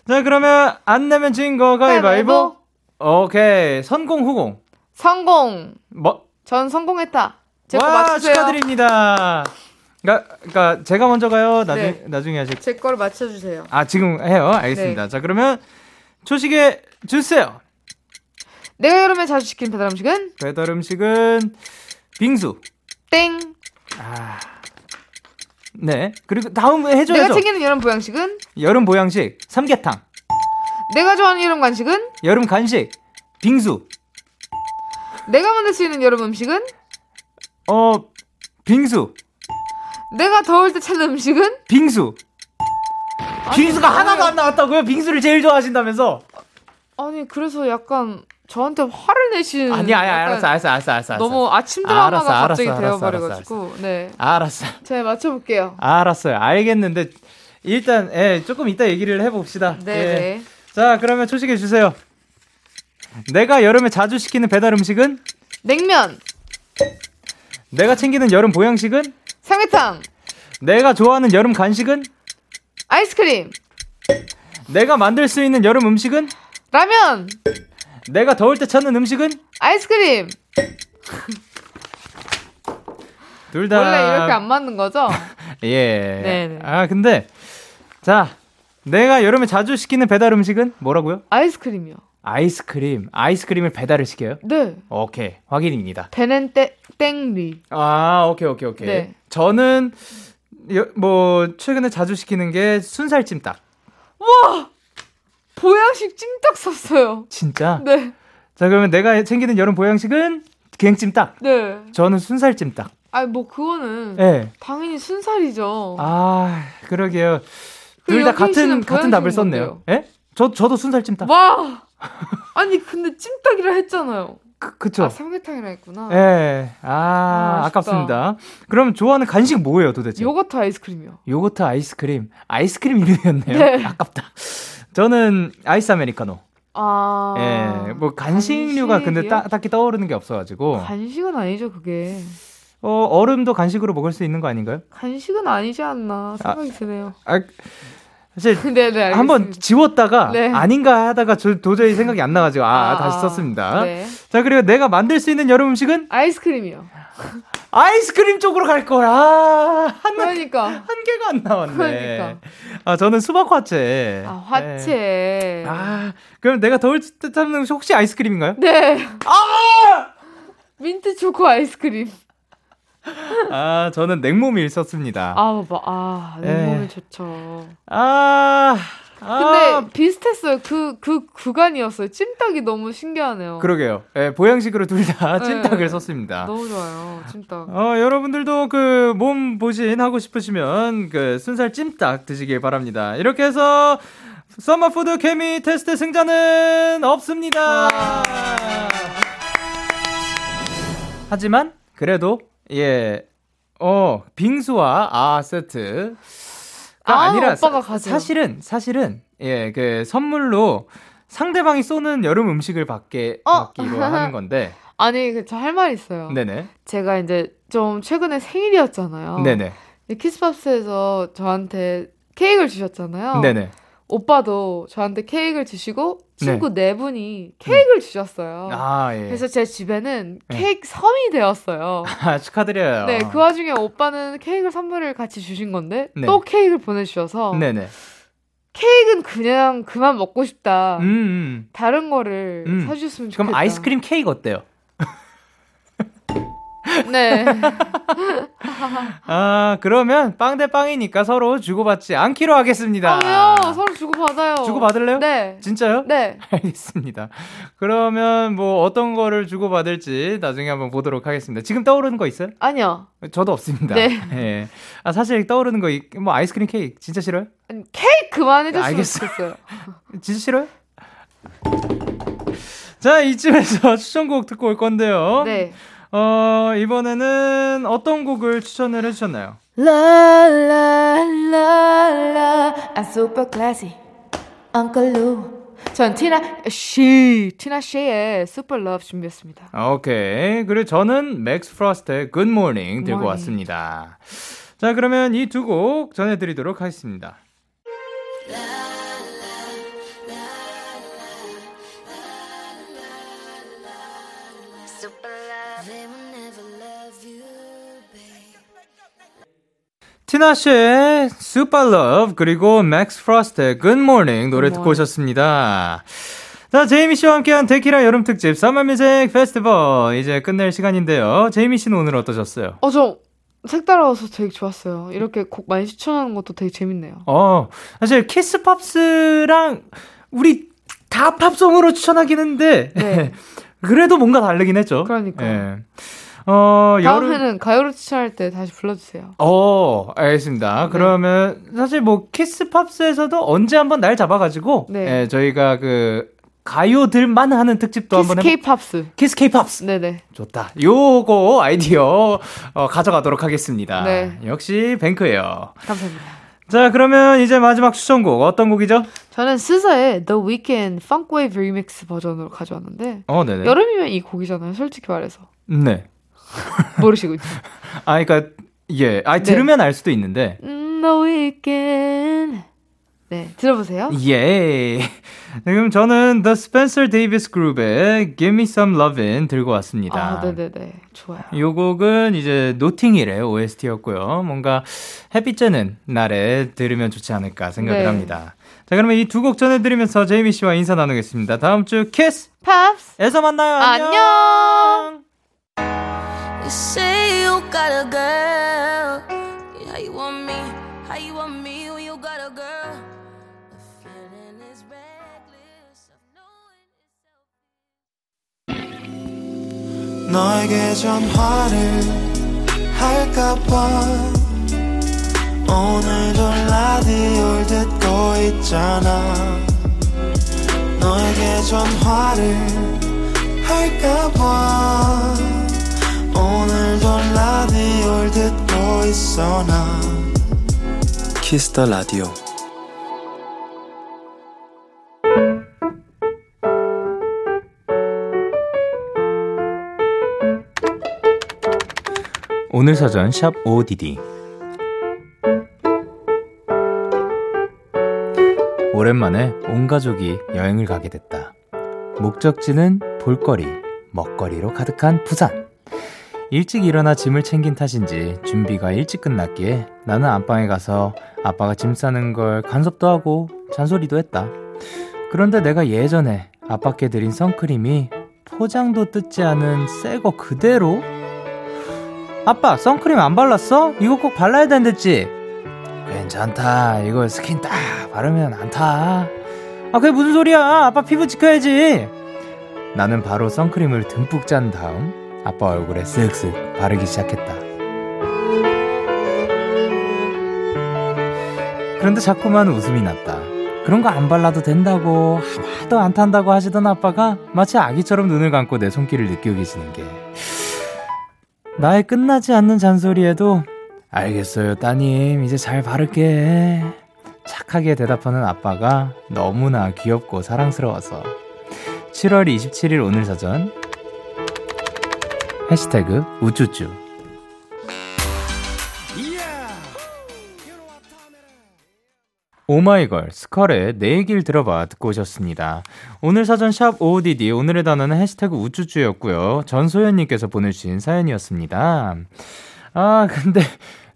자 그러면 안 내면 진거 가위바위보. 오케이. 선공 후공. 성공. 뭐 전 성공했다. 제거 와 맞추세요. 축하드립니다. 그러니까, 그러니까 제가 먼저 가요. 나중에 네. 나중에 하실. 제 거를 맞춰주세요. 아 지금 해요. 알겠습니다. 네. 자 그러면 초식에 주세요. 내가 여름에 자주 시킨 배달 음식은 배달 음식은 빙수. 땡. 네. 그리고 다음 해줘야죠. 내가 챙기는 여름 보양식은 여름 보양식 삼계탕. 내가 좋아하는 여름 간식은 여름 간식 빙수. 내가 만들 수 있는 여름 음식은 어 빙수 내가 더울 때 찾는 음식은 빙수. 빙수가 하나도 안 나왔다고요? 빙수를 제일 좋아하신다면서? 아니 그래서 약간 저한테 화를 내시는 아니 아니 그 약간 알았어 알았어 알았어 알았어. 너무 아침 드라마가 알았어, 알았어, 갑자기 알았어, 알았어, 되어버려가지고 네 알았어. 제가 맞춰볼게요 알았어요. 알겠는데 일단 예, 조금 이따 얘기를 해봅시다. 네네 예. 자 그러면 초식해 주세요. 내가 여름에 자주 시키는 배달 음식은 냉면 내가 챙기는 여름 보양식은 삼계탕 내가 좋아하는 여름 간식은 아이스크림 내가 만들 수 있는 여름 음식은 라면 내가 더울 때 찾는 음식은 아이스크림 둘 다. 원래 이렇게 안 맞는 거죠? 예. 네네. 아, 근데, 자, 내가 여름에 자주 시키는 배달 음식은 뭐라고요? 아이스크림이요. 아이스크림. 아이스크림을 배달을 시켜요? 네. 오케이. 확인입니다. 베넨 땡- 땡리. 아, 오케이, 오케이, 오케이. 네. 저는, 여- 뭐, 최근에 자주 시키는 게 순살찜닭. 보양식 찜닭 샀어요. 진짜? 네. 자, 그러면 내가 챙기는 여름 보양식은 갱찜닭. 네. 저는 순살찜닭. 아니 뭐 그거는 예. 당연히 순살이죠. 아, 그러게요. 그 둘 다 여기 씨는 같은, 같은 답을 보양식인 썼네요. 건데요. 뭐? 예? 저, 저도 순살찜닭. 와. 아니 근데 찜닭이라 했잖아요. 그, 그쵸? 아 삼계탕이라 했구나. 예. 아, 아, 아, 깝습니 아쉽다. 다 그럼 좋아하는 간식 뭐예요, 도대체? 요거트 아이스크림이요. 요거... 트 아이스크림. 아이스크림 이름이었네요. 네. 아깝다. 저는 아이스 아메리카노. 아. 예. 뭐 간식류가 근데 간식이요? 따- 딱히 떠오르는 게 없어 가지고. 간식은 아니죠 그게. 어, 얼음도 간식으로 먹을 수 있는 거 아닌가요? 간식은 아니지 않나 생각이 드네요. 아, 사실 네, 네. 한번 알겠습니다. 지웠다가 네. 아닌가 하다가 저- 도저히 생각이 안 나가지고 아, 아, 다시 아. 썼습니다. 네. 자 그리고 내가 만들 수 있는 여름 음식은 아이스크림이요. 아이스크림 쪽으로 갈 거라 한, 그러니까. 한 개가 안 나왔네. 그러니까. 아 저는 수박 화채. 아, 네. 화채. 아 그럼 내가 더울 때 참는 음식 혹시 아이스크림인가요? 네. 민트 초코 아이스크림. 아 저는 냉모밀 썼습니다. 아, 봐봐. 아, 내 예. 몸에 좋죠. 아, 근데 아 비슷했어요. 그, 그 구간이었어요. 찜닭이 너무 신기하네요. 그러게요. 예, 보양식으로 둘 다 네. 찜닭을 썼습니다. 너무 좋아요. 찜닭. 어, 여러분들도 그 몸 보신 하고 싶으시면 그 순살 찜닭 드시길 바랍니다. 이렇게 해서 썸머푸드 케미 테스트 승자는 없습니다. 하지만 그래도 예. 어, 빙수와 아 세트 가 아, 아니라 사- 오빠가 가죠. 사실은 사실은 예, 그 선물로 상대방이 쏘는 여름 음식을 받게 어. 받기로 하는 건데. 아니, 그 저 할 말 있어요. 네, 네. 제가 이제 좀 최근에 생일이었잖아요. 네, 네. 근데 키스팝스에서 저한테 케이크를 주셨잖아요. 네, 네. 오빠도 저한테 케이크를 주시고 친구 네, 분이 케이크를 주셨어요. 아, 예. 그래서 제 집에는 네. 케이크 섬이 되었어요. 아, 축하드려요. 네, 그 와중에 오빠는 케이크 선물을 같이 주신 건데 네. 또 케이크를 보내주셔서 네네. 케이크는 그냥 그만 먹고 싶다. 음, 음. 다른 거를 음. 사주셨으면 아, 좋겠다. 그럼 아이스크림 케이크 어때요? 네. 그러니까. 아, 그러면 빵 대 빵이니까 서로 주고받지 않기로 하겠습니다. 그러면 서로 주고 받아요. 주고받을래요? 네. 진짜요? 네. 알겠습니다. 그러면 뭐 어떤 거를 주고받을지 나중에 한번 보도록 하겠습니다. 지금 떠오르는 거 있어요? 아니요. 저도 없습니다. 네. 예. 아, 사실 떠오르는 거, 있- 뭐 아이스크림 케이크 진짜 싫어요? 아니, 케이크 그만 해줬으면 알겠어요. 좋겠어요. 진짜 싫어요? 자, 이쯤에서 추천곡 듣고 올 건데요. 네. 어, 이번에는 어떤 곡을 추천을 해주셨나요? La la la la, 아, I'm super classy. Uncle Lou. 전 티나 씨, 티나 씨의 Super Love 준비했습니다. 아, 오케이. 그리고 저는 맥스 프로스트의 Good Morning 들고 Morning. 왔습니다. 자, 그러면 이 두 곡 전해드리도록 하겠습니다. 티나 씨의 Super Love 그리고 맥스 프로스트의 Good Morning 노래 Good 듣고 morning. 오셨습니다. 자, 제이미 씨와 함께한 데키라 여름 특집 Summer Music Festival 이제 끝낼 시간인데요. 제이미 씨는 오늘 어떠셨어요? 어, 저 색다라워서 되게 좋았어요. 이렇게 곡 많이 추천하는 것도 되게 재밌네요. 어, 사실 키스 팝스랑 우리 다 팝송으로 추천하긴 했는데 네. 그래도 뭔가 다르긴 했죠. 그러니까요. 예. 어, 여름 다음에는 가요로 추천할 때 다시 불러주세요. 어, 알겠습니다. 네. 그러면 사실 뭐 키스 팝스에서도 언제 한번 날 잡아가지고 네. 예, 저희가 그 가요들만 하는 특집도 키스 한번 해. 케이팝스. 키스 케이팝스 네네. 좋다. 요거 아이디어 어, 가져가도록 하겠습니다. 네. 역시 뱅크예요. 감사합니다. 자, 그러면 이제 마지막 추천곡 어떤 곡이죠? 저는 스사의 The Weeknd Funk Wave Remix 버전으로 가져왔는데 어, 네네. 여름이면 이 곡이잖아요. 솔직히 말해서 네. 모르시군요. 아, 그러니까 예, 아 네. 들으면 알 수도 있는데 음, The Weeknd 네, 들어보세요. 예. 지금 저는 The Spencer Davis Group의 Give Me Some Lovin' 들고 왔습니다. 아, 네네네. 좋아요. 요 곡은 이제 노팅힐의 OST였고요. 뭔가 햇빛 쬐는 날에 들으면 좋지 않을까 생각을 네. 합니다. 자, 그러면 이 두 곡 전해드리면서 제이미 씨와 인사 나누겠습니다. 다음 주 키스에서 팝스! 만나요. 안녕! You say you got a girl. How you want me? How you want me when you got a girl? The feeling is reckless. of knowing it's so 너에게 전화를 할까봐 오늘도 라디오를 듣고 있잖아 너에게 전화를 할까봐 오늘도 라디오를 듣고 있어 나 키스터 라디오 오늘 사전 샵 ODD 오랜만에 온 가족이 여행을 가게 됐다. 목적지는 볼거리, 먹거리로 가득한 부산. 일찍 일어나 짐을 챙긴 탓인지 준비가 일찍 끝났기에 나는 안방에 가서 아빠가 짐 싸는 걸 간섭도 하고 잔소리도 했다. 그런데 내가 예전에 아빠께 드린 선크림이 포장도 뜯지 않은 새 거 그대로 아빠 선크림 안 발랐어? 이거 꼭 발라야 된댔지? 괜찮다 이거 스킨 딱 바르면 안타 아 그게 무슨 소리야 아빠 피부 지켜야지 나는 바로 선크림을 듬뿍 짠 다음 아빠 얼굴에 쓱쓱 바르기 시작했다 그런데 자꾸만 웃음이 났다 그런 거 안 발라도 된다고 하나도 안 탄다고 하시던 아빠가 마치 아기처럼 눈을 감고 내 손길을 느끼고 계시는 게 나의 끝나지 않는 잔소리에도 알겠어요, 따님. 이제 잘 바를게. 착하게 대답하는 아빠가 너무나 귀엽고 사랑스러워서 7월 27일 오늘 사전 해시태그 우쭈쭈 오마이걸 스컬의 내 얘기를 들어봐 듣고 오셨습니다. 오늘 사전 샵 OODD 오늘의 단어는 해시태그 우쭈쭈였고요. 전소연님께서 보내주신 사연이었습니다. 아 근데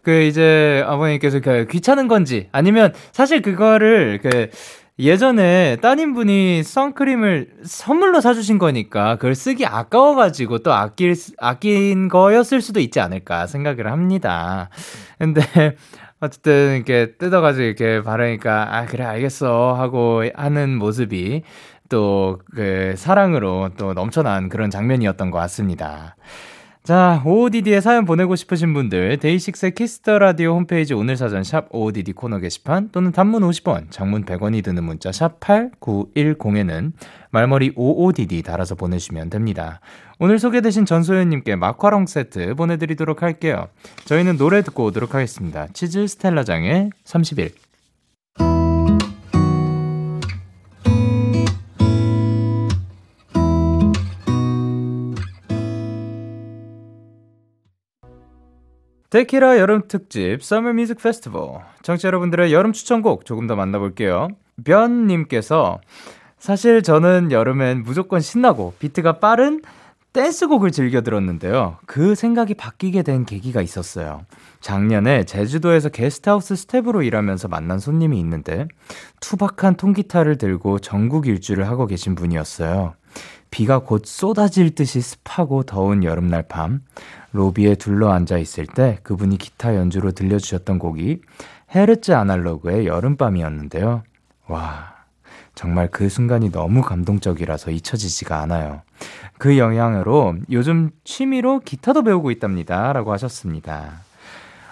그 이제 아버님께서 그 귀찮은 건지 아니면 사실 그거를 그 예전에 따님분이 선크림을 선물로 사주신 거니까 그걸 쓰기 아까워가지고 또 아낄 수- 아낀 거였을 수도 있지 않을까 생각을 합니다. 근데 어쨌든 이렇게 뜯어가지고 이렇게 바르니까 아 그래 알겠어 하고 하는 모습이 또 그 사랑으로 또 넘쳐난 그런 장면이었던 것 같습니다. 자, OODD에 사연 보내고 싶으신 분들, 데이식스의 키스터 라디오 홈페이지 오늘 사전 샵 OODD 코너 게시판 또는 단문 50원, 장문 100원이 드는 문자 샵 8910에는 말머리 OODD 달아서 보내주시면 됩니다. 오늘 소개되신 전소연님께 마카롱 세트 보내드리도록 할게요. 저희는 노래 듣고 오도록 하겠습니다. 치즈 스텔라장의 30일. 데키라 여름 특집 Summer Music Festival 청취자 여러분들의 여름 추천곡 조금 더 만나볼게요 변님께서 사실 저는 여름엔 무조건 신나고 비트가 빠른 댄스곡을 즐겨 들었는데요 그 생각이 바뀌게 된 계기가 있었어요 작년에 제주도에서 게스트하우스 스텝으로 일하면서 만난 손님이 있는데 투박한 통기타를 들고 전국 일주를 하고 계신 분이었어요 비가 곧 쏟아질 듯이 습하고 더운 여름날 밤 로비에 둘러앉아 있을 때 그분이 기타 연주로 들려주셨던 곡이 헤르츠 아날로그의 여름밤이었는데요. 와, 정말 그 순간이 너무 감동적이라서 잊혀지지가 않아요. 그 영향으로 요즘 취미로 기타도 배우고 있답니다. 라고 하셨습니다.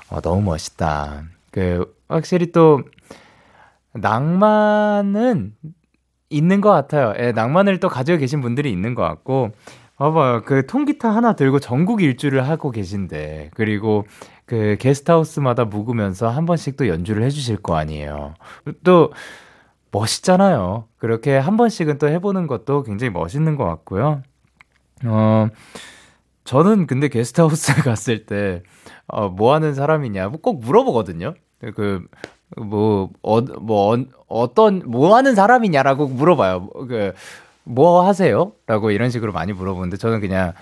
어, 너무 멋있다. 그, 확실히 또, 낭만은 있는 것 같아요. 예, 낭만을 또 가지고 계신 분들이 있는 것 같고, 봐봐요. 그 통기타 하나 들고 전국 일주를 하고 계신데, 그리고 그 게스트하우스마다 묵으면서 한 번씩 또 연주를 해주실 거 아니에요. 또, 멋있잖아요. 그렇게 한 번씩은 또 해보는 것도 굉장히 멋있는 것 같고요. 어, 저는 근데 게스트하우스 갔을 때, 어, 뭐 하는 사람이냐, 꼭 물어보거든요. 뭐 그, 뭐, 어, 뭐, 어, 떤뭐 하는 사람이냐라고 물어봐요. 그, 뭐 하세요? 라고 이런 식으로 많이 물어보는데 저는 그냥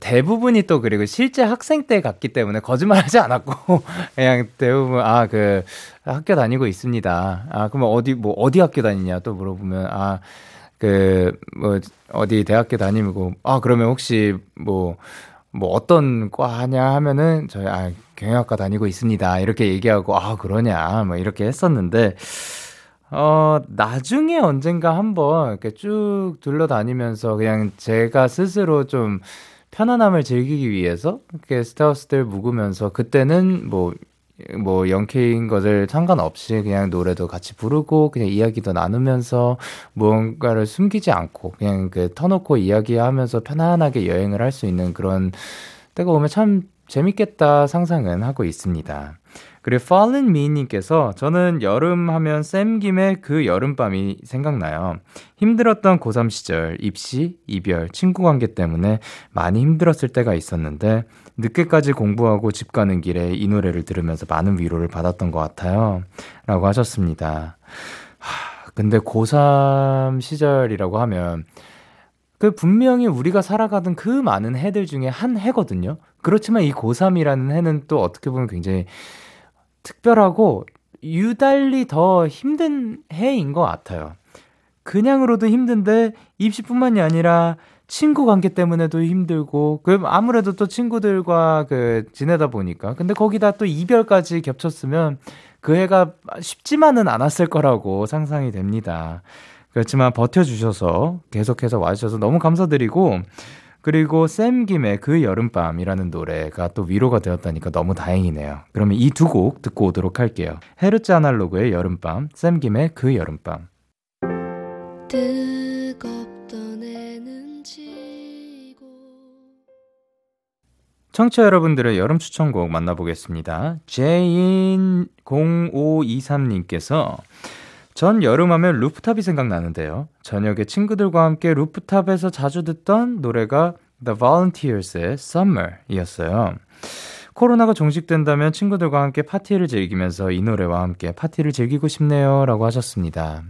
대부분이 또 그리고 실제 학생 때 갔기 때문에 거짓말 하지 않았고, 그냥 대부분, 아, 그, 학교 다니고 있습니다. 아, 그러면 어디, 뭐, 어디 학교 다니냐 또 물어보면, 아, 그, 뭐, 어디 대학교 다니고, 아, 그러면 혹시 뭐, 뭐 어떤 과냐 하면은 저희 아 경영학과 다니고 있습니다 이렇게 얘기하고 아 그러냐 뭐 이렇게 했었는데 어 나중에 언젠가 한번 이렇게 쭉 둘러다니면서 그냥 제가 스스로 좀 편안함을 즐기기 위해서 이렇게 스타우스들 묵으면서 그때는 뭐 뭐 영케인 것을 상관없이 그냥 노래도 같이 부르고 그냥 이야기도 나누면서 무언가를 숨기지 않고 그냥 그 터놓고 이야기하면서 편안하게 여행을 할 수 있는 그런 때가 오면 참 재밌겠다 상상은 하고 있습니다. 그리고 Fallen Me님께서 저는 여름 하면 쌤김의 그 여름밤이 생각나요. 힘들었던 고3 시절, 입시, 이별, 친구 관계 때문에 많이 힘들었을 때가 있었는데 늦게까지 공부하고 집 가는 길에 이 노래를 들으면서 많은 위로를 받았던 것 같아요. 라고 하셨습니다. 하, 근데 고3 시절이라고 하면 그 분명히 우리가 살아가던 그 많은 해들 중에 한 해거든요. 그렇지만 이 고3이라는 해는 또 어떻게 보면 굉장히 특별하고 유달리 더 힘든 해인 것 같아요. 그냥으로도 힘든데 입시뿐만이 아니라 친구 관계 때문에도 힘들고 그 아무래도 또 친구들과 그 지내다 보니까 근데 거기다 또 이별까지 겹쳤으면 그 해가 쉽지만은 않았을 거라고 상상이 됩니다. 그렇지만 버텨주셔서 계속해서 와주셔서 너무 감사드리고 그리고 쌤김의 그 여름밤이라는 노래가 또 위로가 되었다니까 너무 다행이네요. 그러면 이 두 곡 듣고 오도록 할게요. 헤르츠 아날로그의 여름밤, 쌤김의 그 여름밤. 뜨겁던 애는 지고 청취자 여러분들의 여름 추천곡 만나보겠습니다. 제인0523님께서 전 여름하면 루프탑이 생각나는데요. 저녁에 친구들과 함께 루프탑에서 자주 듣던 노래가 The Volunteers의 Summer이었어요. 코로나가 종식된다면 친구들과 함께 파티를 즐기면서 이 노래와 함께 파티를 즐기고 싶네요. 라고 하셨습니다.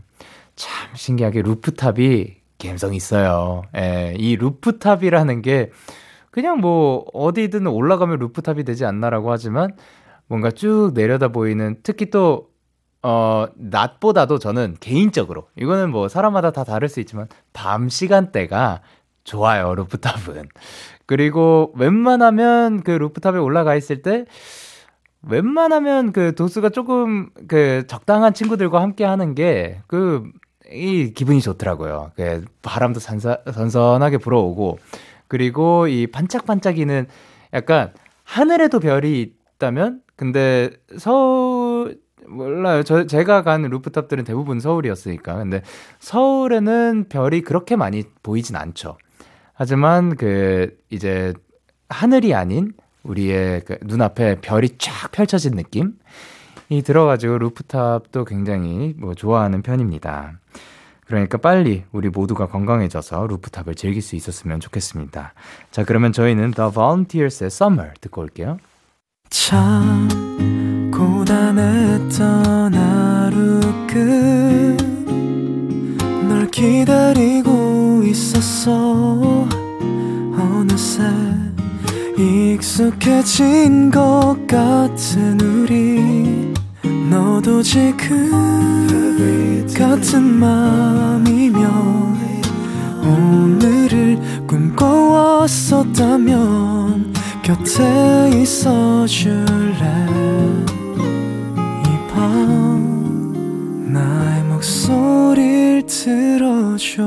참 신기하게 루프탑이 감성 있어요. 예, 이 루프탑이라는 게 그냥 뭐 어디든 올라가면 루프탑이 되지 않나라고 하지만 뭔가 쭉 내려다 보이는 특히 또 어, 낮보다도 저는 개인적으로, 이거는 뭐 사람마다 다 다를 수 있지만, 밤 시간대가 좋아요, 루프탑은. 그리고 웬만하면 그 루프탑에 올라가 있을 때, 웬만하면 그 도수가 조금 그 적당한 친구들과 함께 하는 게, 그, 이 기분이 좋더라고요. 그 바람도 산사, 선선하게 불어오고, 그리고 이 반짝반짝이는 약간 하늘에도 별이 있다면, 근데 서울, 몰라요. 저, 제가 간 루프탑들은 대부분 서울이었으니까. 근데 서울에는 별이 그렇게 많이 보이진 않죠. 하지만 그, 이제, 하늘이 아닌 우리의 그 눈앞에 별이 쫙 펼쳐진 느낌? 이 들어가지고 루프탑도 굉장히 뭐 좋아하는 편입니다. 그러니까 빨리 우리 모두가 건강해져서 루프탑을 즐길 수 있었으면 좋겠습니다. 자, 그러면 저희는 The Volunteers의 Summer 듣고 올게요. 참 고단했던 하루 끝 널 기다리고 있었어 어느새 익숙해진 것 같은 우리 너도 지금 같은 맘이면 오늘을 꿈꿔왔었다면 곁에 있어줄래 이 밤 나의 목소리를 들어줘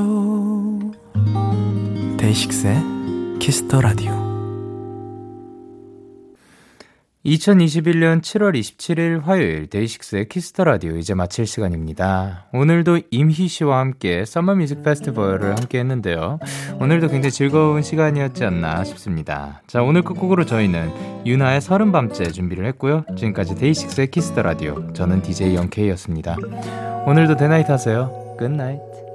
데이식스의 키스터라디오 2021년 7월 27일 화요일 데이식스의 키스터 라디오 이제 마칠 시간입니다. 오늘도 임희 씨와 함께 썸머 뮤직 페스티벌을 함께 했는데요. 오늘도 굉장히 즐거운 시간이었지 않나 싶습니다. 자, 오늘 끝곡으로 저희는 유나의 서른 밤째 준비를 했고요. 지금까지 데이식스의 키스터 라디오 저는 DJ 영케이였습니다. 오늘도 대나잇 하세요. 굿나잇.